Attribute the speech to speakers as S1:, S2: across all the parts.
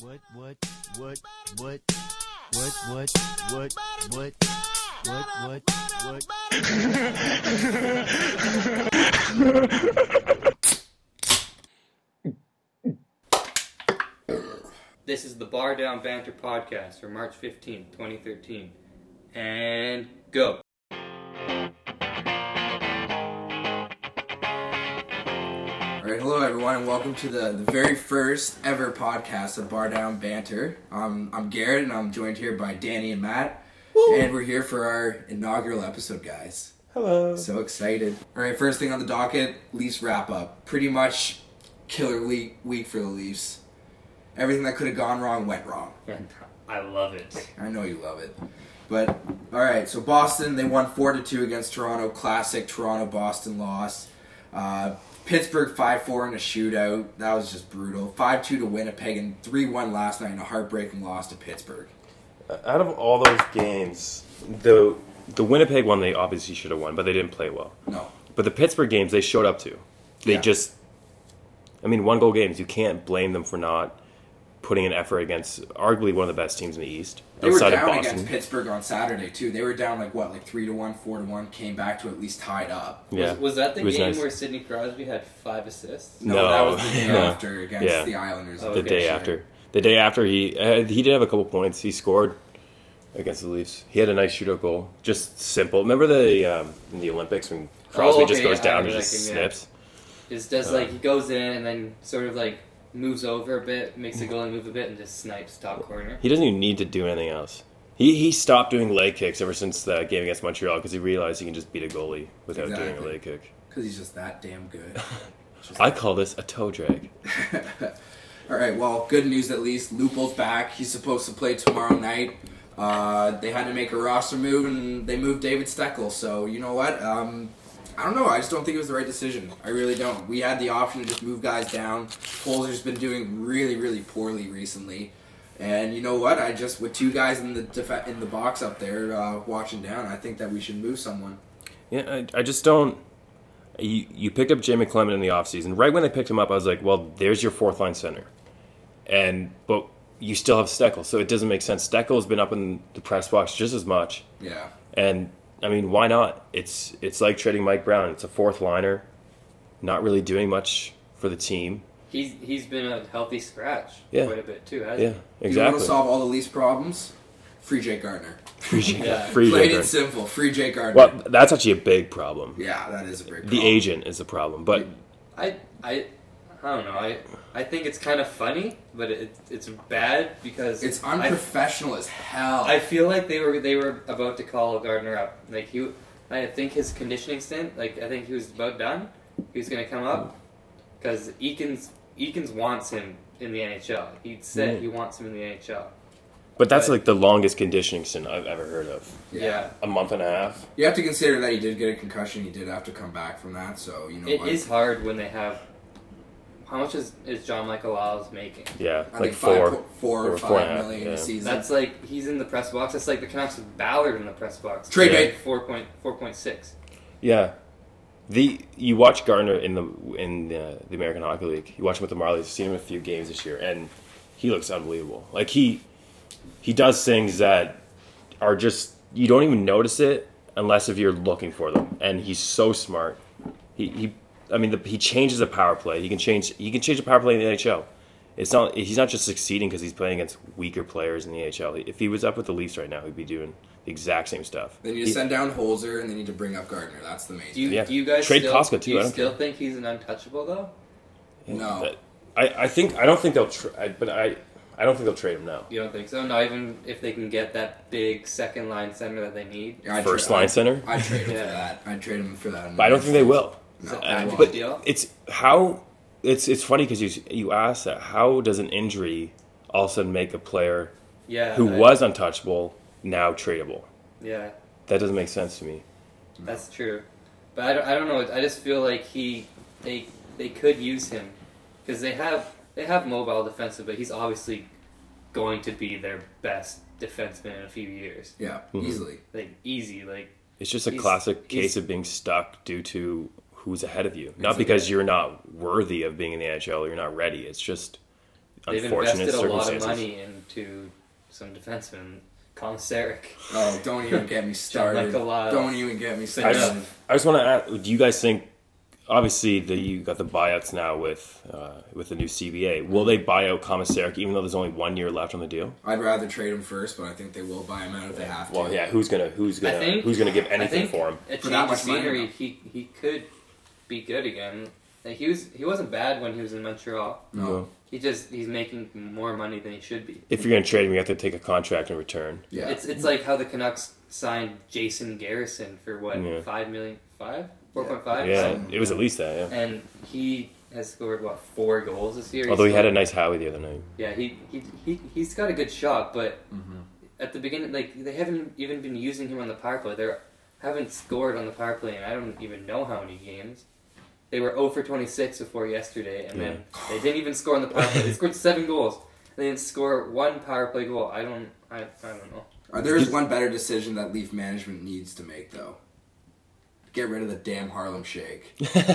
S1: What, what, what, what, what, what, what, what, what, what, what?
S2: This is the Bar Down Banter podcast for March 15th, 2013. And go.
S3: All right, hello everyone, and welcome to the, the very first ever podcast of Bar Down Banter. Um, I'm Garrett, and I'm joined here by Danny and Matt, and we're here for our inaugural episode, guys. Hello. So excited! All right, first thing on the docket: Leafs wrap up. Pretty much killer week week for the Leafs. Everything that could have gone wrong went wrong.
S2: I love it.
S3: I know you love it. But all right, so Boston they won four to two against Toronto. Classic Toronto Boston loss. Uh, Pittsburgh five four in a shootout. That was just brutal. Five two to Winnipeg and three one last night in a heartbreaking loss to Pittsburgh.
S4: out of all those games, the the Winnipeg one they obviously should have won, but they didn't play well.
S3: No,
S4: But the Pittsburgh games they showed up to. They
S3: Yeah.
S4: just I mean, one goal games, you can't blame them for not putting an effort against arguably one of the best teams in the East
S3: they were down against Pittsburgh on Saturday too. They were down like what, like three to one, four to one. Came back to at least tied up.
S4: Yeah.
S2: Was, was that the
S4: It was
S2: game
S4: nice.
S2: where Sidney Crosby had five assists?
S3: No,
S4: No,
S3: that was the day
S4: no.
S3: after against
S4: Yeah.
S3: the Islanders.
S2: The
S4: the
S2: Okay,
S4: day
S2: sure.
S4: after? The day after he uh, he did have a couple points. He scored against the Leafs. He had a nice shootout goal. Just simple. Remember the um, in the Olympics when Crosby just
S2: Oh, okay,
S4: goes
S2: yeah, I
S4: down and
S2: remember
S4: just
S2: that game, yeah.
S4: snips.
S2: It's just
S4: Uh,
S2: like he goes in and then sort of like moves over a bit, makes a goal and move a bit, and just snipes top corner.
S4: Mm. He doesn't even need to do anything else. He he stopped doing leg kicks ever since that game against Montreal because he realized he can just beat a goalie without doing a
S3: Exactly.
S4: leg kick.
S3: because he's just that damn good.
S4: I call this a toe drag.
S3: All right. Well, good news at least. Lupo's back. He's supposed to play tomorrow night. Uh, they had to make a roster move, and they moved David Steckel. So you know what? Um, I don't know. I just don't think it was the right decision. I really don't. We had the option to just move guys down. Holzer's been doing really, really poorly recently. And you know what? I just with two guys in the def- in the box up there uh, watching down. I think that we should move someone.
S4: Yeah, I, I just don't. You, you picked up Jay McClellan in the offseason. Right when they picked him up, I was like, well, there's your fourth line center. And but you still have Steckel, so it doesn't make sense. Steckel's been up in the press box just as much.
S3: Yeah.
S4: And I mean, why not? It's it's like trading Mike Brown. It's a fourth liner, not really doing much for the team.
S2: He's he's been a healthy scratch
S4: Yeah.
S2: quite a bit too, hasn't
S4: Yeah,
S3: You want
S4: exactly.
S3: to solve all the least problems? Free Jake Gardner.
S4: Free,
S2: Yeah.
S4: free
S3: Plain
S4: labor.
S3: and simple. Free Jake Gardner.
S4: Well, that's actually a big problem.
S3: Yeah, that is a big.
S4: The agent is the problem, but
S2: he? I I I don't know. I I think it's kind of funny, but it, it's bad because
S3: It's
S2: I
S3: unprofessional as hell.
S2: I feel like they were they were about to call Gardner up. Like he, I think his conditioning stint. Like I think he was about done. He was gonna come up because Eakins Eakins wants him in the NHL. He said
S4: Mm.
S2: he wants him in the NHL.
S4: but that's
S2: But-
S4: like the longest conditioning stint I've ever heard of.
S2: Yeah,
S4: A month and a half.
S3: You have to consider that he did get a concussion. He did have to come back from that. So you know
S2: it
S3: what?
S2: is hard when they have. How much is is John Michael Lyles making?
S4: Yeah,
S3: I
S4: like
S3: think five
S4: four,
S3: po- four or
S4: four,
S3: five
S4: four and a half,
S3: million a
S4: yeah.
S3: season.
S2: That's like he's in the press box. That's like the Canucks with Ballard in the press box.
S3: Trade
S4: yeah.
S3: bait.
S2: Four point four point six.
S4: Yeah. The you watch Gardner in the in the, the American Hockey League. You watch him with the Marlies. I've seen him in a few games this year, and he looks unbelievable. Like he he does things that are just you don't even notice it unless if you're looking for them. And he's so smart. He he I mean the, he changes the power play. He can change he can change the power play in the NHL. It's not he's not just succeeding because he's playing against weaker players in the NHL. If he was up with the Leafs right now, he'd be doing the exact same stuff.
S3: they need to
S4: He-
S3: send down Holzer and they need to bring up Gardner. That's the main.
S2: Do you,
S4: Yeah.
S2: do you guys
S4: Trade
S2: still,
S4: Koska,
S2: Do
S4: too,
S2: you
S4: I don't
S2: still think he's an untouchable though?
S3: thing. no,
S4: That- I, I think I don't think they'll tra- I, but I I don't think they'll trade him now.
S2: You don't think so? Not even if they can get that big second line center that they need.
S3: Yeah, I'd
S4: First
S3: tra-
S4: line center,
S3: I'd trade him
S2: Yeah.
S3: for that. I'd trade him for that.
S4: but I don't think they will.
S3: No,
S2: that
S3: I
S2: bad?
S3: won't.
S4: But
S2: deal?
S4: it's how it's it's funny because you you ask that how does an injury all of a sudden make a player
S2: Yeah.
S4: who
S2: I-
S4: was untouchable now tradable?
S2: Yeah,
S4: That doesn't make sense to me.
S2: that's true. But I don't, I don't know. I just feel like he they they could use him because they have they have mobile defensive, but he's obviously going to be their best defenseman in a few years.
S3: yeah,
S4: Mm-hmm.
S3: easily.
S2: Like easy, like
S4: It's just a
S2: He's- he's-
S4: classic case of being stuck due to who's ahead of you, not because you're not worthy of being in the NHL, or you're not ready. It's just
S2: They've
S4: unfortunate
S2: invested a lot of
S4: circumstances.
S2: money into some defensemen. Colin Sarek.
S3: Oh, don't even get me started.
S2: Michael Lyles.
S3: Don't even get me
S4: I
S2: But
S3: started.
S4: just, I just want to ask: Do you guys think? Obviously, the, you got the buyouts now with uh, with the new CBA. Will they buy out Komisarek even though there's only one year left on the deal?
S3: I'd rather trade him first, but I think they will buy him out if they have to.
S4: Well, yeah. Who's gonna who's
S2: I
S4: gonna
S2: think
S4: who's gonna give
S2: I
S4: anything
S2: think
S4: for him?
S2: A change
S3: For that
S2: of
S3: much money,
S2: scenery,
S3: though.
S2: he he could be good again. Like, he was he wasn't bad when he was in Montreal.
S3: No.
S4: Mm-hmm.
S2: He just he's making more money than he should be.
S4: If you're gonna trade him, you have to take a contract in return.
S3: Yeah.
S2: It's it's like how the Canucks signed Jason Garrison for what
S4: Yeah.
S2: five million five four point five.
S4: Yeah, it was at least that. Yeah.
S2: and he has scored what four goals this year.
S4: Although he
S2: He's
S4: had a
S2: got-
S4: nice Howie the other night.
S2: yeah he he he he's got a good shot, but
S4: Mm-hmm.
S2: at the beginning, like they haven't even been using him on the power play. They are haven't scored on the power play, and I don't even know how many games. They were 0 for 26 before yesterday, and then they didn't even score on the power play. They scored seven goals. They didn't score one power play goal. I don't. I, I don't know.
S3: Uh, there is one better decision that Leaf management needs to make, though. Get rid of the damn Harlem Shake.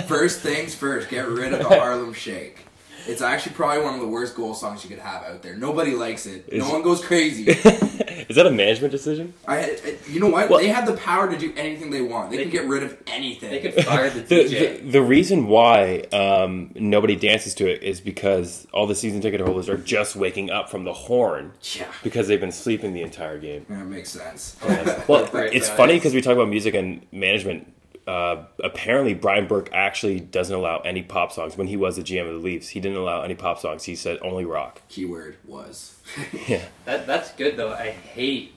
S3: first things first, get rid of the Harlem Shake. It's actually probably one of the worst goal songs you could have out there. Nobody likes it.
S4: Is-
S3: no one goes crazy.
S4: Is that a management decision?
S3: I, I, you know what?
S4: Well-
S3: they have the power to do anything they want. They,
S2: They
S3: can
S2: could-
S3: get rid of anything.
S2: They could fire the
S4: The,
S2: DJ.
S4: the, the reason why um, nobody dances to it is because all the season ticket holders are just waking up from the horn
S3: yeah.
S4: because they've been sleeping the entire game.
S3: That makes sense.
S4: Well,
S2: Right,
S4: it's
S2: right.
S4: funny because we talk about music and management. Uh, apparently, Brian Burke actually doesn't allow any pop songs. When he was the GM of the Leafs, he didn't allow any pop songs. He said only rock.
S3: Keyword was.
S2: That that's good though. I hate.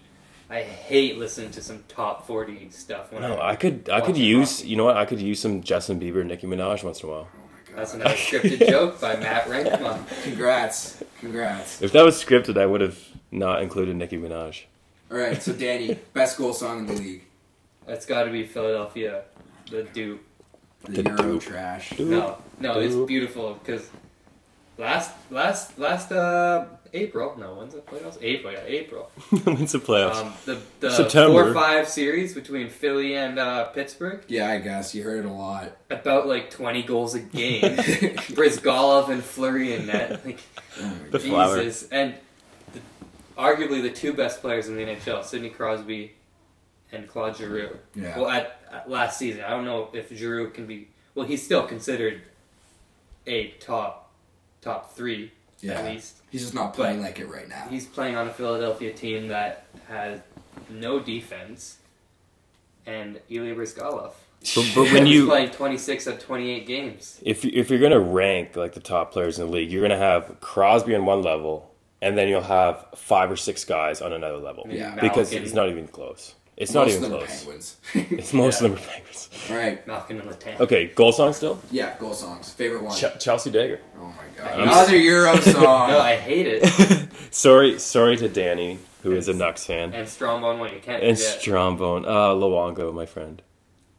S2: I hate listening to some top 40 stuff. When
S4: No, I could, I could
S2: Watching
S4: use,
S2: rock.
S4: you know what? I could use some Justin Bieber, Nicki Minaj once in a while.
S3: Oh
S2: That's another scripted joke by Matt Reichman.
S3: Congrats. Congrats.
S4: If that was scripted, I would have not included Nicki Minaj.
S3: All right, so Danny, best goal song in the league.
S2: That's got to be Philadelphia. The Duke.
S3: The,
S4: The
S3: Euro
S4: Duke.
S3: trash.
S2: No, no, it's
S4: Ooh.
S2: beautiful because last last last uh April. No, when's the playoffs? April, yeah, April.
S4: When's the playoffs?
S2: Um, the the
S4: September.
S2: four five series between Philly and uh, Pittsburgh,
S3: Yeah, I guess you heard it a lot.
S2: about like twenty goals a game. Brizgalov and Flurry in net. Like,
S3: Oh
S4: the flower.
S2: Jesus, and the, arguably the two best players in the NHL, Sidney Crosby and Claude Giroux.
S3: Yeah.
S2: Well, at, at last season, I don't know if Giroux can be. Well, he's still considered a top top three
S3: Yeah.
S2: at least.
S3: He's just not playing like it right now.
S2: He's playing on a Philadelphia team that has no defense, and Ilya Brizgalov.
S4: But, but when
S2: He's
S4: you,
S2: playing 26 of 28 games.
S4: if you- if you're gonna rank like the top players in the league, you're gonna have Crosby on one level, and then you'll have five or six guys on another level.
S2: Maybe
S3: Yeah.
S4: because
S2: Malkin.
S4: it's not even close.
S3: Most
S4: It's not
S3: of
S4: even
S3: them are
S4: close.
S3: Penguins.
S4: It's most
S2: Yeah.
S4: of them are penguins.
S3: All right.
S2: Malkin and Latang.
S4: Okay, goal song still.
S3: Yeah, goal songs. Favorite one.
S4: Ch- Chelsea Dagger.
S3: Oh my god.
S4: I'm
S3: Another Euro song.
S2: No, I hate it.
S4: Sorry, sorry to Danny, who is a Nux fan,
S2: and Strombone when you can't
S4: and
S2: forget.
S4: Strombone. Ah, Luongo, my friend.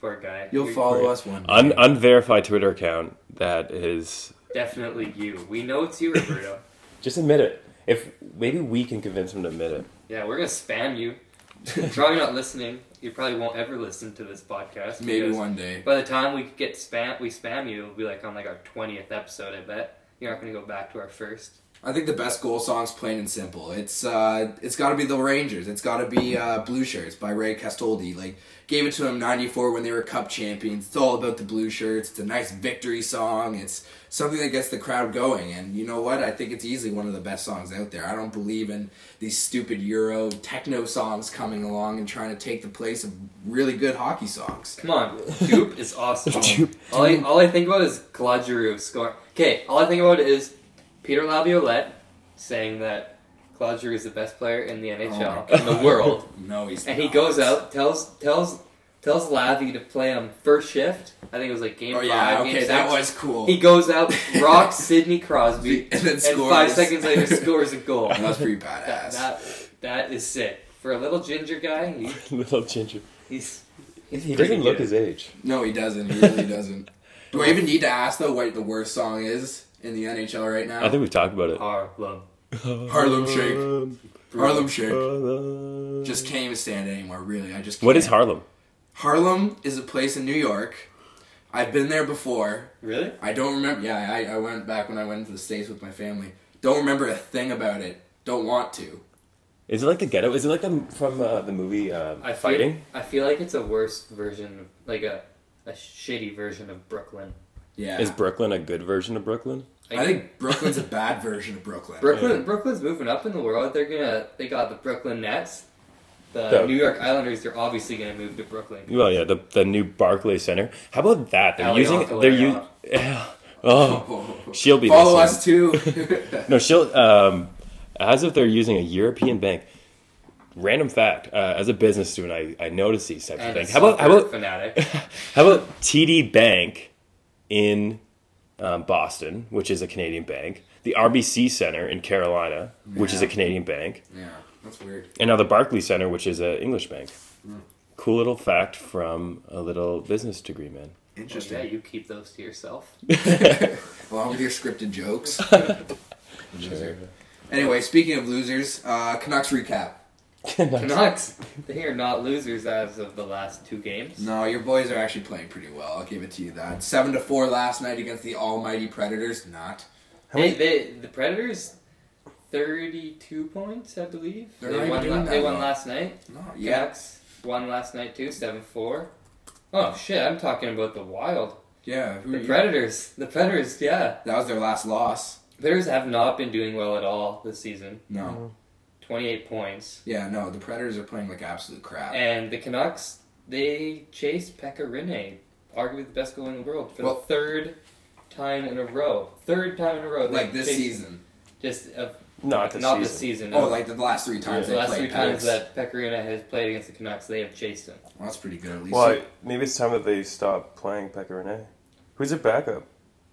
S2: Poor guy.
S3: You'll
S2: You're
S3: follow us one. Day.
S4: Un- unverified Twitter account that is.
S2: Definitely you. We know it's you, Roberto.
S4: Just admit it. If maybe we can convince him to admit it.
S2: yeah, we're gonna spam you. You're probably not listening. You probably won't ever listen to this podcast.
S3: Maybe
S2: because
S3: one day.
S2: By the time we get spam, we spam you. It'll be like on like our twentieth episode. I bet you're not gonna go back to our first.
S3: I think the best goal song's plain and simple. It's uh, it's got to be the Rangers. It's got to be uh, Blue Shirts by Ray Castoldi. Like gave it to him '94 when they were Cup champions. It's all about the Blue Shirts. It's a nice victory song. It's something that gets the crowd going. And you know what? I think it's easily one of the best songs out there. I don't believe in these stupid Euro techno songs coming along and trying to take the place of really good hockey songs.
S2: Come on, Dupe is awesome.
S4: Dupe.
S2: All I, all I think about is Claude Giroux score. Okay, all I think about is Peter Laviolette saying that Claude Giroux is the best player in the NHL
S3: Oh my
S2: in the world.
S3: No, he's
S2: And he
S3: not.
S2: goes out, tells tells tells Lavi to play him first shift. I think it was like game
S3: Oh
S2: five.
S3: yeah,
S2: game
S3: okay,
S2: six.
S3: that was cool.
S2: He goes out, rocks Sidney Crosby,
S3: And then
S2: five
S3: scores.
S2: seconds later scores a goal.
S3: that was pretty
S2: That,
S3: badass.
S2: that that is sick for a little ginger guy. He,
S4: Little ginger.
S2: he's he's
S4: He
S2: pretty
S4: doesn't look
S2: good.
S4: his age.
S3: No, he doesn't. He really doesn't. Do I even need to ask though what the worst song is in the NHL right now?
S4: I think we've talked about it.
S2: Harlem.
S3: Harlem Shake. Harlem Shake. Just can't even stand it anymore. Really, I just. Can't.
S4: What is Harlem?
S3: Harlem? Is a place in New York. I've been there before.
S2: Really?
S3: I don't remember. Yeah, I, I went back when I went to the states with my family. Don't remember a thing about it. Don't want to.
S4: Is it like the ghetto? Is it like the from uh, the movie uh,
S2: I feel,
S4: Fighting?
S2: I feel like it's a worse version, like a a shitty version of Brooklyn.
S3: Yeah.
S4: Is Brooklyn a good version of Brooklyn?
S2: Like,
S3: I think Brooklyn's a bad version of Brooklyn.
S2: Brooklyn
S4: Yeah.
S2: Brooklyn's moving up in the world. They're gonna they got the Brooklyn Nets. The
S4: Yeah.
S2: New York Islanders are obviously gonna move to Brooklyn.
S4: Well, yeah, the the new Barclay Center. How about that? They're
S2: Alley
S4: using
S2: off,
S4: they're
S2: alley
S4: using.
S2: off.
S4: Oh, she'll be
S3: Follow
S4: listening.
S3: us too.
S4: No, she'll. Um, as if they're using a European bank. Random fact: uh, As a business student, I, I noticed these types of
S2: And
S4: things.
S2: a
S4: How about how
S2: soccer
S4: about
S2: fanatic?
S4: how about TD Bank in um, Boston, which is a Canadian bank, the RBC Center in Carolina, which is a
S3: Yeah.
S4: Canadian bank,
S3: yeah, that's weird.
S4: and now the Barclay Center, which is an English bank. Cool little fact from a little business degree man.
S2: Well,
S3: Interesting.
S2: yeah, you keep those to yourself.
S3: Along with your scripted jokes.
S4: Sure.
S3: anyway, speaking of losers, uh, Canucks recap.
S2: Canucks, they are not losers as of the last two games.
S3: No, your boys are actually playing pretty well. I'll give it to you that. Seven to four last night against the almighty Predators. Not.
S2: They, they, the Predators, thirty-two points, I believe.
S3: They're
S2: they
S3: not even
S2: won.
S3: doing
S2: la-
S3: that
S2: they won
S3: well.
S2: last night.
S3: No. Yeah.
S2: Canucks won last night too, seven four. Oh shit! I'm talking about the Wild.
S3: Yeah. Who are
S2: The
S3: you?
S2: Predators. The Predators. Yeah.
S3: that was their last loss.
S2: Predators have not been doing well at all this season.
S3: No.
S2: 28 points.
S3: Yeah, no. The Predators are playing like absolute crap.
S2: And the Canucks, they chased Pekka Rinne, arguably the best goal in the world, for
S3: Well-
S2: the third time in a row. Third time in a row. they
S3: like this
S2: chased-
S3: season.
S2: Just uh,
S4: Not this
S2: not
S4: season.
S2: this season.
S3: Oh,
S2: no.
S3: like the last three times
S2: the
S3: they
S2: last
S3: played
S2: three times
S3: Canucks.
S2: that Pekka Rinne has played against the Canucks, they have chased him.
S3: Well, that's pretty good at least.
S4: Well, maybe it's time that they stop playing Pekka Rene. Who's their backup?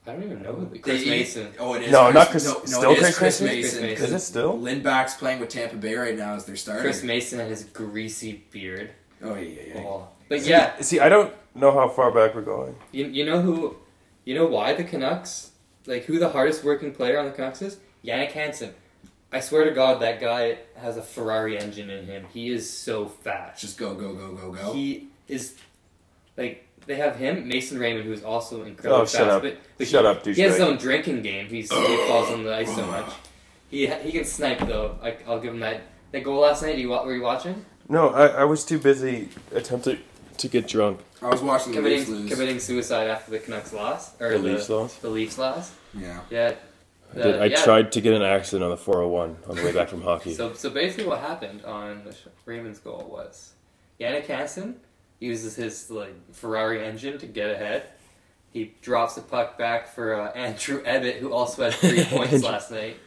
S2: I don't even know who the
S3: They-
S2: Chris Mason.
S3: Oh, it is.
S4: No, not Chris-
S3: No, no,
S4: still
S3: it is
S4: Chris
S3: Chris
S4: Mason?
S3: Mason.
S2: Chris
S4: Is it still?
S3: Lindback's playing with Tampa Bay right now as their starter.
S2: Chris Mason and his greasy beard.
S3: Oh yeah, yeah, yeah.
S2: Oh. But yeah,
S4: See, I don't know how far back we're going.
S2: You, you know who, you know why the Canucks, like who the hardest working player on the Canucks is? Yannick Hansen. I swear to God, that guy has a Ferrari engine in him. He is so fast.
S3: Just go, go, go, go, go.
S2: He is, like they have him, Mason Raymond, who's also incredibly
S4: Oh,
S2: fast.
S4: shut up.
S2: But, but
S4: Shut
S2: he,
S4: up, douchebag.
S2: He has his own drinking game. He's, he falls on the ice so much. He he can snipe though. I, I'll give him that. That goal last night. You wa- were you watching?
S4: No, I, I was too busy attempting to get drunk.
S3: I was watching the Leafs
S2: Committing
S3: lose.
S2: committing suicide after the Canucks lost or
S4: The Leafs lost?
S2: The Leafs lost.
S3: Yeah.
S2: Yeah.
S4: I did-
S2: The-
S4: I
S2: Uh, yeah.
S4: tried to get in an accident on the 401 on the way back from hockey.
S2: So, so basically, what happened on the Sh- Ravens' goal was Yannick Hansen uses his like Ferrari engine to get ahead. He drops the puck back for uh, Andrew Ebbett, who also had three points
S4: Andrew-
S2: last night.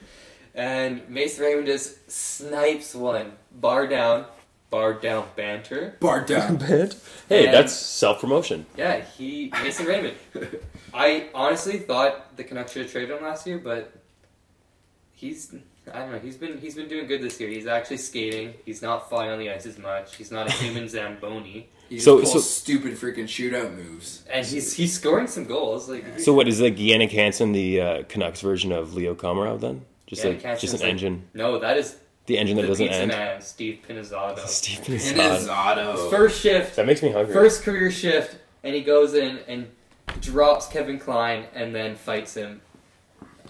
S2: And Mason Raymond just snipes one bar down, bar down banter.
S3: Bar down.
S4: Band? Hey,
S2: And-
S4: that's self promotion.
S2: Yeah, he Mason Raymond. I honestly thought the Canucks should have traded him last year, but he's I don't know. He's been he's been doing good this year. He's actually skating. He's not falling on the ice as much. He's not a human zamboni,
S3: He just
S4: So-
S3: pulls
S4: so-
S3: stupid freaking shootout moves.
S2: and he's he's scoring some goals. Like
S4: So, what is like Yannick Hansen, the uh, Canucks version of Leo Komarov then? Just
S2: Yannick
S4: like just an
S2: Hansen's like-
S4: engine.
S2: no, that is
S4: The engine
S2: the
S4: that doesn't
S2: pizza
S4: end.
S2: man, Steve Pinizzato.
S4: Stephen
S3: It
S4: Saad.
S3: is Otto.
S2: First shift,
S4: That makes me hungry.
S2: first career shift, and he goes in and drops Kevin Klein, and then fights him.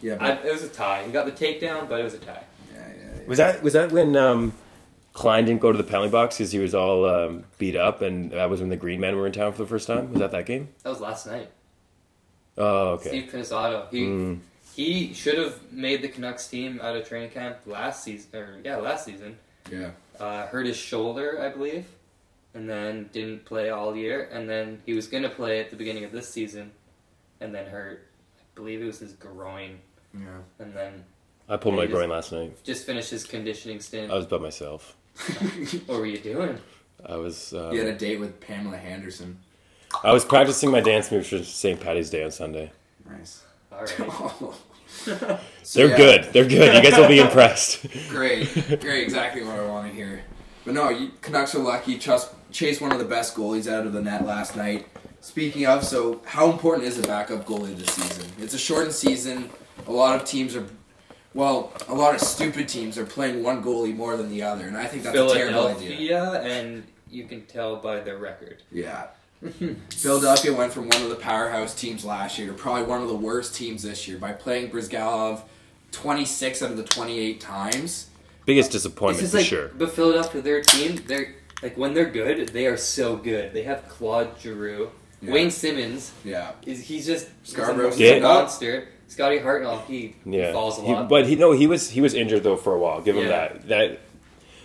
S3: Yeah,
S2: I,
S3: but,
S2: it was a tie. He got the takedown, but it was a tie.
S3: yeah, yeah, yeah.
S4: Was that was that when um, Klein didn't go to the penalty box because he was all um, beat up, and that was when the Green Men were in town for the first time? Was that that game?
S2: That was last night.
S4: Oh, okay.
S2: Steve Pinizzato. He
S4: Mm.
S2: he should have made the Canucks team out of training camp last season. Or yeah, last season.
S3: yeah.
S2: Uh, hurt his shoulder, I believe, and then didn't play all year. And then he was gonna play at the beginning of this season, and then hurt. I believe it was his groin,
S3: Yeah.
S2: and then
S4: I pulled
S2: Yeah,
S4: my
S2: you
S4: groin last night.
S2: just finished his conditioning stint.
S4: I was by myself.
S2: what were you doing?
S4: I was um,
S3: you had a date with Pamela Henderson.
S4: I was practicing my dance moves for St. Patty's Day on Sunday.
S3: Nice.
S2: All right.
S3: So,
S4: They're
S3: yeah,
S4: good. They're good. You guys will be impressed.
S3: Great. Great. Exactly what I want to hear. But no, you, Canucks are lucky. Chas chased one of the best goalies out of the net last night. Speaking of, so how important is the backup goalie this season? It's a shortened season. A lot of teams are, well, a lot of stupid teams are playing one goalie more than the other, and I think that's a terrible idea.
S2: Philadelphia, and you can tell by their record.
S3: Yeah. Philadelphia went from one of the powerhouse teams last year to probably one of the worst teams this year by playing Brizgalov, 26 out of the 28 times.
S4: Biggest disappointment
S2: This is
S4: for
S2: like,
S4: sure.
S2: but Philadelphia, their team, they're like when they're good, they are so good. They have Claude Giroux,
S3: Yeah.
S2: Wayne Simmons
S3: Yeah.
S2: is he's just he's a-
S3: Scarborough's
S2: he's a
S4: Yeah.
S2: monster. Scotty Hartnell, he,
S4: Yeah,
S2: he falls a
S4: He-
S2: lot,
S4: but he no, he was he was injured though for a while. Give him
S2: Yeah.
S4: that. That,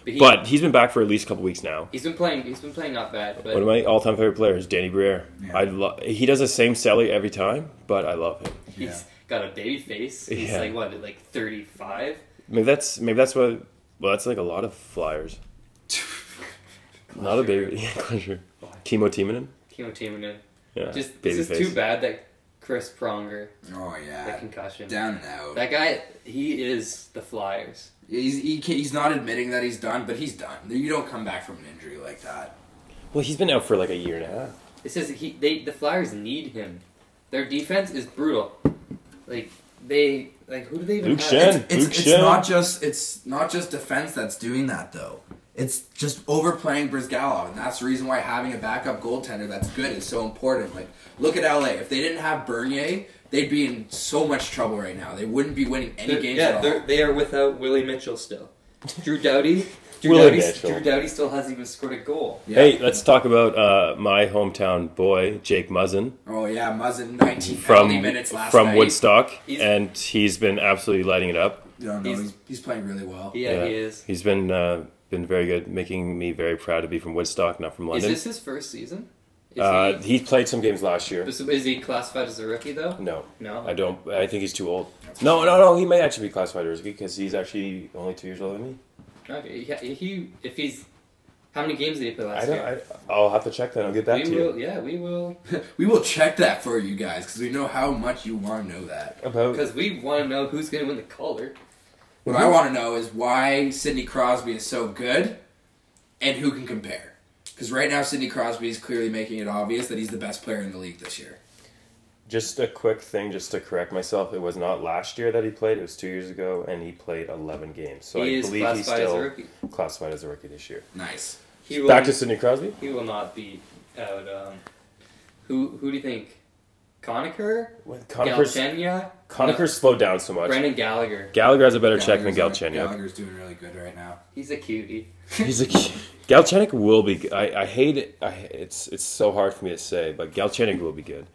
S2: but, he,
S4: but he's been back for at least a couple weeks now.
S2: has been playing. He's been playing not bad, but
S4: One of my all-time favorite players, Danny Briere.
S3: Yeah.
S4: I love. He does the same Sally every time, but I love him.
S2: he's
S3: Yeah.
S2: got a baby face. He's
S4: Yeah.
S2: like what, like thirty five.
S4: Maybe that's maybe that's what. Well, that's like a lot of flyers. Not a baby. Yeah, closure. Chemo teaming him.
S2: Timo Timonen.
S4: Yeah.
S2: uh, Just
S4: baby
S2: this is
S4: face.
S2: too bad that Chris Pronger
S3: Oh,
S2: the
S3: yeah.
S2: concussion.
S3: Down and out.
S2: That guy, he is the Flyers.
S3: He's, he can, he's not admitting that he's done, but he's done. You don't come back from an injury like that.
S4: Well, he's been out for like a year and a half.
S2: This is he. They the Flyers need him. Their defense is brutal. Like they like who do they even
S4: Luke
S2: have?
S4: Shen.
S3: It's,
S4: Luke
S3: it's, it's
S4: Shen.
S3: not just it's not just defense that's doing that though. It's just overplaying Brizgalov, and that's the reason why having a backup goaltender that's good is so important. Like, look at LA. If they didn't have Bernier, they'd be in so much trouble right now. They wouldn't be winning any
S2: They're-
S3: games
S2: yeah,
S3: at all.
S2: they're, they are without Willie Mitchell still. Drew Doughty. Drew
S4: Willie
S2: Doughty.
S4: Mitchell.
S2: Drew Doughty still hasn't even scored a goal.
S3: Yeah.
S4: Hey, let's talk about uh, my hometown boy, Jake Muzzin
S3: Oh yeah, Muzzin, 19
S4: from
S3: penalty minutes last
S4: from
S3: night.
S4: Woodstock,
S2: He's-
S4: and he's been absolutely lighting it up.
S3: No, no,
S2: He's-
S3: he's, he's, playing really well.
S2: Yeah, he is.
S4: He's been uh, been very good, making me very proud to be from Woodstock, not from
S2: Is
S4: London.
S2: this his first season? Is,
S4: uh, he played some games last year.
S2: he, is- is he classified as a rookie though?
S4: No,
S2: No.
S4: I don't. I think he's too old. No, no, no. He may actually be classified as because he's actually only two years older than me.
S2: Okay, yeah, he if he's how many games did he play last
S4: I don't.
S2: year?
S4: I, I'll have to check that. I'll get back
S2: we
S4: to you
S2: will. Yeah, we will.
S3: We will check that for you guys because we know how much you want to know that.
S4: about.
S2: Because we want to know who's going to win the collar.
S3: What I want to know is why Sidney Crosby is so good and who can compare. Because right now, Sidney Crosby is clearly making it obvious that he's the best player in the league this year.
S4: Just a quick thing, just to correct myself. It was not last year that he played. It was two years ago, and he played eleven games. So
S2: he
S4: I
S2: is
S4: believe he's
S2: classified as
S4: still
S2: a rookie.
S4: classified as a rookie this year.
S3: Nice.
S2: He will,
S4: Back to Sidney Crosby.
S2: he will not be out. Um, who who do you think? Conacher?
S4: When Conacher's,
S2: Galchenia?
S4: Conacher's slowed down so
S2: No,
S4: much.
S2: Brendan Gallagher.
S4: Gallagher has a better check than
S3: Gallagher's-
S4: Galchenyuk.
S3: Gallagher's doing really good right now.
S2: He's a cutie.
S4: He's a Galchenyuk will be. I, I hate it. I, it's it's so hard for me to say, but Galchenyuk will be good.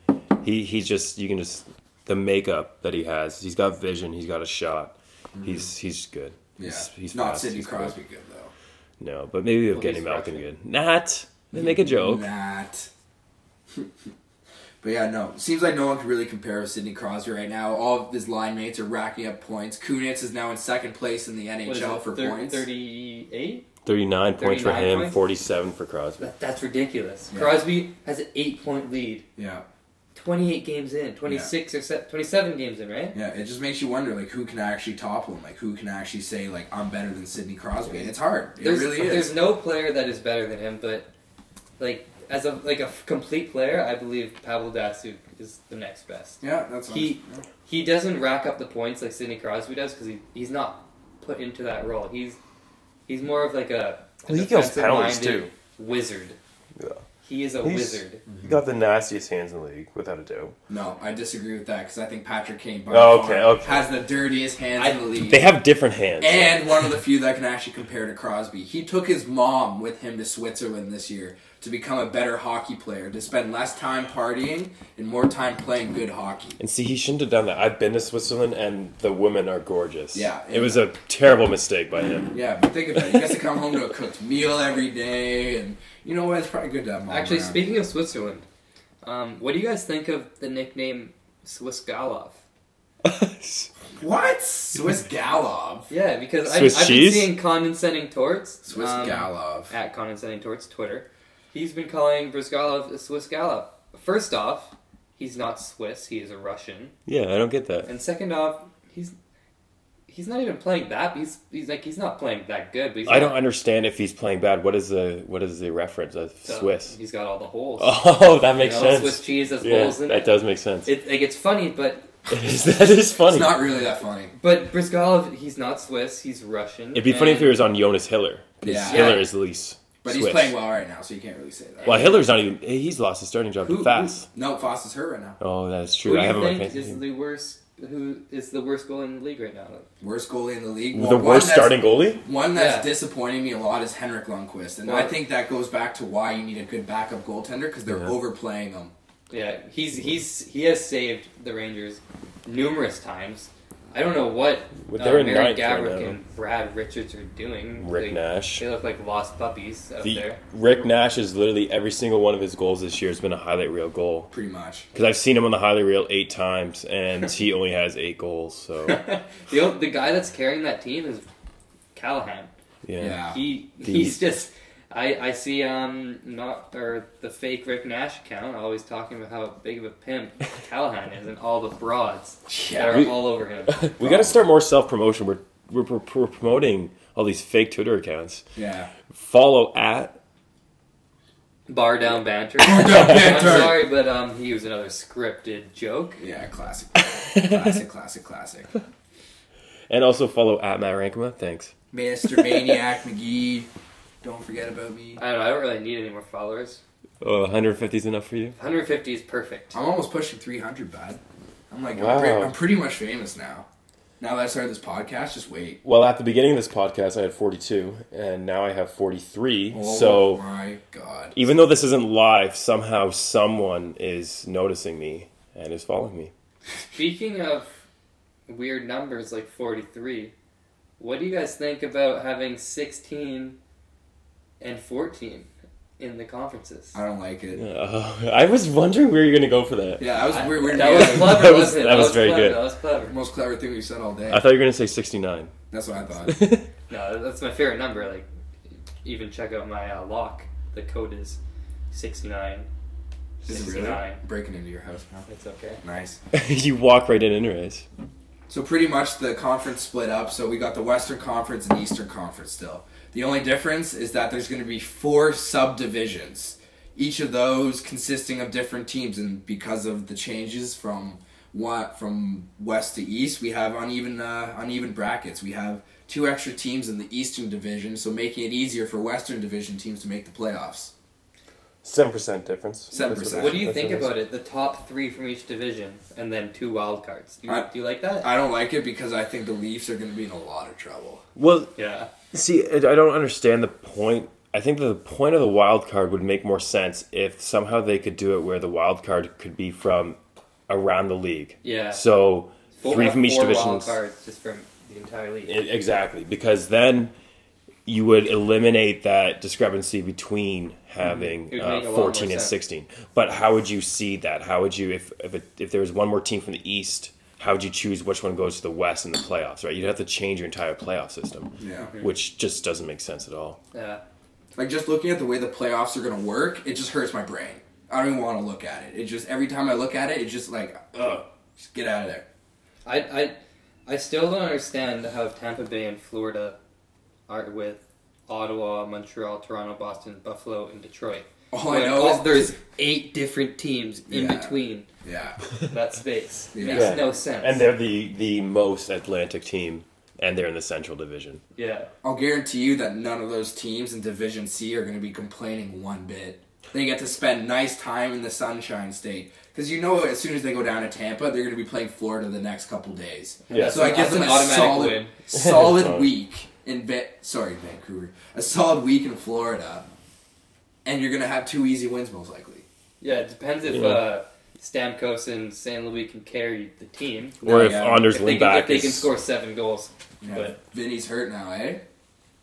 S4: He he's just you can just the makeup that he has. He's got vision. He's got a shot. He's he's good.
S3: Mm-hmm. Yeah.
S4: He's, he's
S3: Not
S4: fast,
S3: Sidney
S4: he's
S3: Crosby good, though.
S4: good. No, but maybe they'll
S2: Well,
S4: get
S2: he's
S4: him out and
S2: Russian.
S4: good. Not they make a
S3: Mm-hmm.
S4: joke.
S3: That. but yeah, no. Seems like no one can really compare with Sidney Crosby right now. All of his line mates are racking up points. Kunitz is now in second place in the
S2: What is
S3: NHL
S2: it,
S3: for
S2: thir-
S3: points.
S2: 38?
S4: Thirty nine points for
S2: 39
S4: him.
S2: points?
S4: Forty seven for Crosby.
S2: That, that's ridiculous.
S3: Yeah.
S2: Crosby has an eight point lead.
S3: Yeah.
S2: 28 games in. 26 or se- 27 games in, right?
S3: Yeah, it just makes you wonder, like, who can actually topple him? Like, who can actually say, like, I'm better than Sidney Crosby? And it's hard. It
S2: there's,
S3: really
S2: there's
S3: is.
S2: no player that is better than him, but like as a like a f- complete player, I believe Pavel Datsuk is the next best.
S3: Yeah, that's what
S2: He-
S3: I'm-
S2: He doesn't rack up the points like Sidney Crosby does because he, he's not put into that role. He's he's more of like a
S4: Well, he kills penalties,
S2: defensive-minded wizard.
S4: Yeah.
S2: He is a
S4: He's-
S2: wizard.
S4: He got the nastiest hands in the league, without a doubt.
S3: No, I disagree with that because I think Patrick Kane by
S4: Oh,
S3: far
S4: okay, okay.
S3: has the dirtiest hands in the league.
S4: They have different hands.
S3: and one of the few that can actually compare to Crosby. He took his mom with him to Switzerland this year to become a better hockey player, to spend less time partying and more time playing good hockey.
S4: And see, he shouldn't have done that. I've been to Switzerland, and the women are gorgeous.
S3: Yeah.
S4: it was a terrible mistake by him.
S3: Yeah, but think about it. He has to come home to a cooked meal every day, and you know what? It's probably good to have mom
S2: Actually,
S3: around.
S2: speaking of Switzerland, um, what do you guys think of the nickname Swiss Galov?
S3: What? Swiss Galov.
S2: Yeah, because
S4: Swiss
S2: I've, I've been
S4: cheese?
S2: seeing condescending torts.
S3: Swiss
S2: um,
S3: Galov.
S2: at condescending towards Twitter. He's been calling Brizgalov a Swiss Gallop. First off, he's not Swiss; he is a Russian.
S4: Yeah, I don't get that.
S2: And second off, he's he's not even playing that. He's he's like he's not playing that good. But he's
S4: I don't
S2: not-
S4: understand if he's playing bad. What is the what is the reference of
S2: so
S4: Swiss?
S2: He's got all the holes.
S4: Oh, that
S2: You
S4: makes
S2: know,
S4: sense.
S2: Swiss cheese has
S4: yeah,
S2: holes in
S4: that
S2: it.
S4: does make sense.
S2: it. Like it's funny, but
S4: It is, that is funny.
S3: It's not really that funny.
S2: but Brizgalov, he's not Swiss; he's Russian.
S4: It'd be funny if
S2: And
S4: he was on Jonas Hiller. 'cause
S3: Yeah.
S4: Hiller
S2: Yeah.
S4: is the least.
S3: But he's
S4: Swiss.
S3: playing well right now, so you can't really say that.
S4: Well, Hiller's not even. He's lost his starting job
S2: Who-
S4: to fast.
S3: No, Foss is hurt right now.
S4: Oh, that's
S2: Who
S4: true.
S2: do
S4: I have
S2: you
S4: him on
S2: think
S4: fantasy.
S2: is the worst? who is the worst goalie in the league right now.
S3: Worst goalie in the league.
S4: the
S3: One
S4: worst
S3: that's-
S4: starting goalie.
S3: One that's
S2: Yeah.
S3: disappointing me a lot is Henrik Lundqvist, and I
S2: Well-
S3: think that goes back to why you need a good backup goaltender because they're
S4: Yeah.
S3: overplaying him.
S2: Yeah, he's he's he has saved the Rangers numerous times. I don't know what
S4: But
S2: uh,
S4: they're in
S2: Mary
S4: ninth right
S2: Gabrick
S4: now.
S2: and Brad Richards are doing.
S4: Rick
S2: they,
S4: Nash.
S2: They look like lost puppies out
S4: The
S2: there.
S4: Rick Nash is literally every single one of his goals this year has been a highlight reel goal.
S3: Pretty much.
S4: Because I've seen him on the highlight reel eight times, and he only has eight goals. So
S2: the o- the guy that's carrying that team is Callahan.
S4: yeah,
S3: Yeah.
S2: He
S4: He's-
S2: he's just I I see um not or the fake Rick Nash account always talking about how big of a pimp Callahan is and all the broads that
S3: Yeah.
S2: are
S4: We-
S2: all over him.
S4: we got to start more self promotion. We're, we're we're promoting all these fake Twitter accounts.
S3: Yeah.
S4: Follow at
S2: Bar down banter.
S3: down banter.
S2: I'm sorry, but um he was another scripted joke.
S3: Yeah. Classic. classic. Classic. Classic.
S4: and also follow at Matt Rankema. Thanks.
S3: Mr. Maniac McGee. Don't forget about me.
S2: I don't know. I don't really need any more followers.
S4: Oh, 150 is enough for you.
S2: 150 is perfect.
S3: I'm almost pushing 300, bud. I'm like,
S4: Wow.
S3: I'm, pre- I'm pretty much famous now. Now that I started this podcast, just wait.
S4: Well, at the beginning of this podcast, I had 42, and now I have 43.
S3: Oh
S4: so e-
S3: my god.
S4: even though this isn't live, somehow someone is noticing me and is following me.
S2: Speaking of weird numbers like 43, what do you guys think about having 16 and 14 in the conferences?
S3: I don't like it.
S4: Uh, I was wondering where you're going to go for that.
S3: Yeah, that was weird. weird
S2: That was clever.
S4: That was-
S2: wasn't it?
S4: that was very
S2: clever,
S4: good.
S2: That was
S3: the
S2: clever.
S3: most clever thing we've said all day.
S4: I thought you were going to say 69.
S3: That's what I thought.
S2: No, that's my favorite number. Like, even check out my uh, lock. The code is 69.
S3: Is it really
S2: 69.
S3: breaking into your house now?
S2: It's okay.
S3: Nice.
S4: you walk right in, anyways.
S3: So pretty much the conference split up. So we got the Western Conference and Eastern Conference still. The only difference is that there's going to be four subdivisions, each of those consisting of different teams. And because of the changes from what from west to east, we have uneven uh, uneven brackets. We have two extra teams in the Eastern Division, so making it easier for Western Division teams to make the playoffs.
S4: 7% difference.
S3: 7%.
S2: What do you think about it? The top three from each division, and then two wild cards. Do you,
S3: I-
S2: do you like that?
S3: I don't like it because I think the Leafs are going to be in a lot of trouble.
S4: Well,
S2: yeah.
S4: See, I I don't understand the point. I think that the point of the wild card would make more sense if somehow they could do it where the wild card could be from around the league.
S2: Yeah.
S4: So
S2: Four-
S4: three from each
S2: four
S4: division.
S2: Wild cards just from the entire league.
S4: E- Exactly, because then you would eliminate that discrepancy between
S2: It
S4: having
S2: would make a
S4: uh,
S2: lot more
S4: 14 and
S2: sense.
S4: 16. But how would you see that? How would you if if, it, if there was one more team from the East? How would you choose which one goes to the West in the playoffs? Right, you'd have to change your entire playoff system,
S3: Yeah.
S4: which just doesn't make sense at all.
S2: Yeah.
S3: Like just looking at the way the playoffs are gonna work, it just hurts my brain. I don't even want to look at it. It just every time I look at it, it's just like, ugh, just get out of there.
S2: I, I, I still don't understand how Tampa Bay and Florida are with Ottawa, Montreal, Toronto, Boston, Buffalo, and Detroit.
S3: All Oh, I
S2: When
S3: know
S2: all-
S3: is
S2: there's eight different teams in
S3: Yeah.
S2: between
S3: yeah,
S2: that space.
S3: Yeah.
S2: Makes no sense.
S4: And they're the the most Atlantic team, and they're in the Central Division.
S2: yeah.
S3: I'll guarantee you that none of those teams in Division C are gonna be complaining one bit. They get to spend nice time in the Sunshine State because you know as soon as they go down to Tampa, they're gonna be playing Florida the next couple days.
S4: Yeah.
S3: So I give
S2: That's
S3: them
S2: an
S3: a
S2: automatic
S3: solid,
S2: win.
S3: solid week in Va- sorry Vancouver, a solid week in Florida, and you're gonna have two easy wins most likely.
S2: Yeah, it depends if
S4: Yeah.
S2: uh, Stamkos and San Luis can carry the team.
S4: Or if
S3: yeah.
S4: Anders
S2: If they, can,
S4: Lindback
S2: if they
S4: is,
S2: can score seven goals. But
S3: Vinny's hurt now, eh?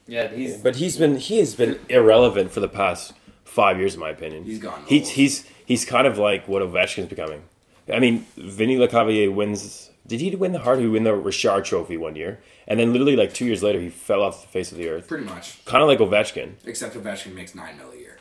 S2: yeah, he's
S4: but he's been he has been irrelevant for the past five years, in my opinion.
S3: He's gone
S4: He,
S3: old.
S4: he's he's kind of like what Ovechkin's becoming. I mean, Vinny Lecavalier wins. Did he win the Hart? He won the Richard Trophy one year, and then literally like two years later, he fell off the face of the earth.
S3: Pretty much.
S4: Kind of like Ovechkin.
S3: Except Ovechkin makes nine mil a year.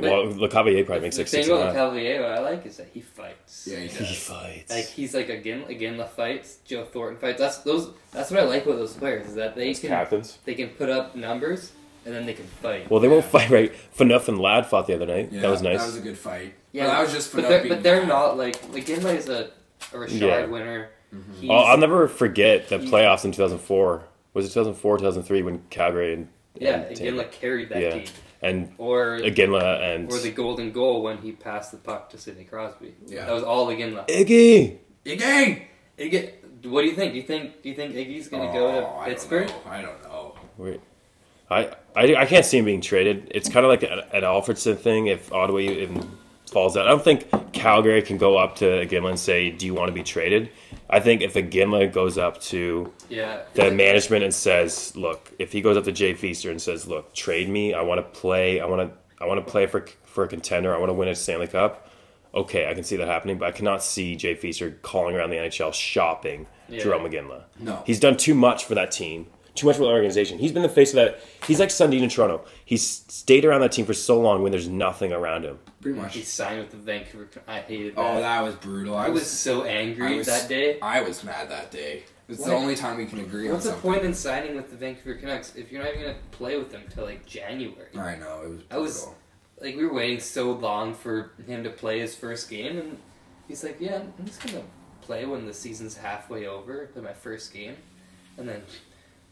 S4: well, Lecavalier probably makes
S2: the
S4: like
S2: thing
S4: six and a
S2: about
S4: half.
S2: Cavalier what I like is that he fights.
S3: Yeah, he
S4: He
S3: does.
S4: fights.
S2: Like he's like again again the fights, Joe Thornton fights. That's those that's what I like about those players is that they
S4: He's
S2: can
S4: captains.
S2: they can put up numbers and then they can fight.
S4: Well, they won't fight right. Fanuff and Lad fought the other night.
S3: Yeah,
S4: that was nice.
S3: That was a good fight. Yeah, that was just for
S2: but
S3: not
S2: they're,
S3: being
S2: but they're
S3: mad.
S2: not like Ginla is a, a Richard
S4: Yeah. Oh,
S2: winner.
S3: Mm-hmm.
S2: He's,
S4: I'll, I'll never forget the
S2: he's-
S4: playoffs in 2004. Was it 2004, 2003 when Calgary and
S2: yeah,
S4: and Tampa-
S2: Ginla carried that
S4: yeah,
S2: team.
S4: and
S2: Or
S4: Aginla and
S2: or the golden goal when he passed the puck to Sidney Crosby.
S3: Yeah.
S2: That was all Aginla.
S4: Iggy.
S3: Again!
S2: It get What do you think? Do you think do you think Iggy's gonna
S3: Oh,
S2: go
S3: I
S2: to
S3: don't
S2: Pittsburgh?
S3: know. I don't know.
S4: Wait. I, I, I can't see him being traded. It's kind of like an, an Alfredson thing. If Ottawa even falls out, I don't think Calgary can go up to Ginla and say, "Do you want to be traded?" I think if a Ginla goes up to
S2: Yeah.
S4: the management and says, "Look," if he goes up to Jay Feaster and says, "Look, trade me. I want to play. I want to. I want to play for for a contender. I want to win a Stanley Cup." Okay, I can see that happening, but I cannot see Jay Feaster calling around the NHL shopping
S2: Yeah.
S4: Jerome McGinley.
S3: No.
S4: he's done too much for that team. Too much for the organization. He's been the face of that. He's like Sundin in Toronto. He's stayed around that team for so long when there's nothing around him.
S3: Pretty
S2: He
S3: much.
S2: signed with the Vancouver. I hated that.
S3: Oh, that was brutal.
S2: I was so angry
S3: I was-
S2: that day.
S3: I was mad that day. It's the
S2: Why?
S3: only time we can agree
S2: What's
S3: on
S2: the
S3: something.
S2: point in signing with the Vancouver Canucks if you're not even gonna play with them till like January?
S3: I know it was.
S2: I was-
S3: brutal.
S2: Like we were waiting so long for him to play his first game, and he's like, "Yeah, I'm just gonna play when the season's halfway over, play my first game, and then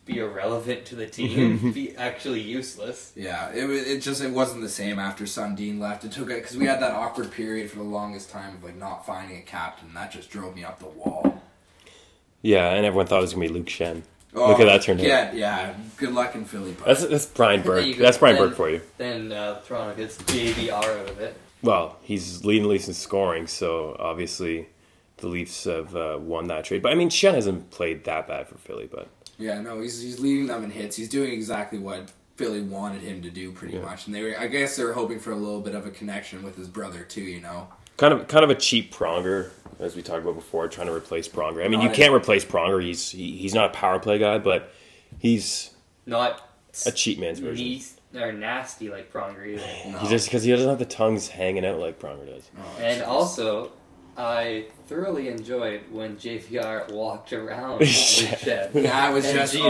S2: be irrelevant to the team, and be actually useless."
S3: Yeah, it wa- it just it wasn't the same after Sundin left. It took it because we had that awkward period for the longest time of like not finding a captain. That just drove me up the wall.
S4: Yeah, and everyone thought it was gonna be Luke Shen. Look at that turned out.
S3: Oh, yeah, Yeah, Good luck in Philly. Bud.
S4: That's that's Brian
S2: There you
S4: Burke.
S2: go.
S4: That's Brian
S2: Then-
S4: Burke for you.
S2: Then uh, Toronto gets JVR out of it.
S4: Well, he's leading the Leafs in scoring, so obviously the Leafs have uh, won that trade. But I mean, Shen hasn't played that bad for Philly, but
S3: Yeah, no, he's he's leading them in hits. He's doing exactly what Philly wanted him to do, pretty
S4: Yeah.
S3: much. And they were, I guess, they were hoping for a little bit of a connection with his brother too. You know,
S4: kind of kind of a cheap Pronger, as we talked about before, trying to replace Pronger. I mean, you
S3: Not-
S4: can't replace Pronger. He's he, he's not a power play guy, but he's
S2: Not
S4: a cheap man's version.
S2: knees are nasty like Pronger either.
S3: no.
S4: He just because he doesn't have the tongues hanging out like Pronger does.
S3: No, it's
S2: And
S3: just-
S2: also, I thoroughly enjoyed when JVR walked around with Shed.
S3: yeah, I was
S2: and
S3: just
S2: Gino.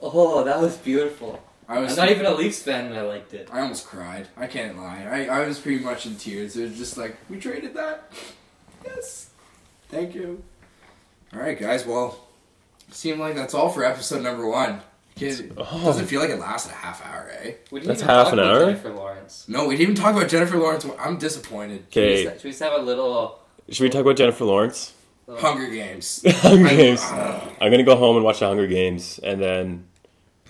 S3: oh,
S2: Oh, that was beautiful.
S3: I was
S2: I'm not even a Leafs fan, and I liked it.
S3: I almost cried. I can't lie. I, I was pretty much in tears. It was just like, we traded that? Yes. Thank you. All right, guys. Well, seemed like that's all for episode number one. Kid,
S4: Oh.
S3: Doesn't feel like it lasted a half hour, eh?
S2: We didn't
S4: That's
S2: even
S4: half
S2: talk
S4: an
S2: about
S4: hour?
S2: Jennifer Lawrence.
S3: No, we didn't even talk about Jennifer Lawrence. I'm disappointed.
S2: Should we
S4: Okay,
S2: just- Should we just have a little?
S4: should we talk about Jennifer Lawrence?
S2: little-
S3: Hunger Games. uh,
S4: Hunger Games.
S3: Ugh.
S4: I'm gonna go home and watch the Hunger Games, and then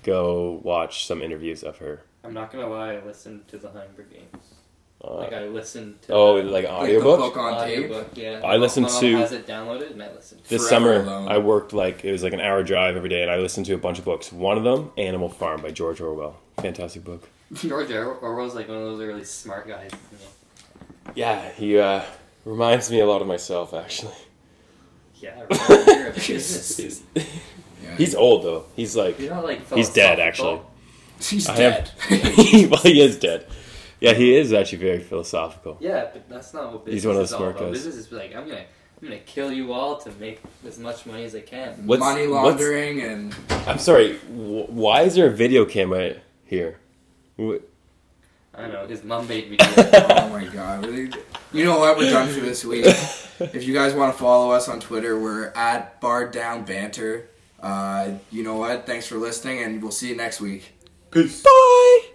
S4: go watch some interviews of her.
S2: I'm not gonna lie. I listened to the Hunger Games.
S4: Uh,
S2: Like I listened to.
S4: oh,
S2: the
S3: Like
S4: like
S3: the
S4: audiobook.
S3: book on tape.
S2: audiobook, Yeah.
S4: I listened
S2: My mom
S4: to-
S2: Has it downloaded and I listened. to it.
S4: This
S3: Forever
S4: summer,
S3: Alone.
S4: I worked like it was like an hour drive every day, and I listened to a bunch of books. One of them, Animal Farm by George Orwell, fantastic book.
S2: George Or- Orwell's like one of those really smart guys. you know.
S4: Yeah, he uh, reminds me a lot of myself actually.
S2: Yeah. right, you're a business.
S4: He's,
S3: Yeah.
S4: old though. He's like
S2: You're not like.
S4: he's dead actually.
S2: philosophical.
S3: She's
S4: I
S3: dead.
S4: have- well, he is dead. Yeah, he is actually very philosophical.
S2: Yeah, but that's not what business
S4: He's one of
S2: is
S4: those
S2: all
S4: smart
S2: about.
S4: guys.
S2: Business is like I'm gonna I'm gonna kill you all to make as much money as I can.
S4: What's-
S3: Money
S4: what's-
S3: laundering and
S4: I'm sorry. Wh- why is there a video camera here? Wh-
S2: I don't know. His mom made me do it.
S3: oh my god. really? You know what? We're done for this week. If you guys want to follow us on Twitter, we're at Bar Down Banter. Uh, you know what? Thanks for listening, and we'll see you next week.
S4: Bye.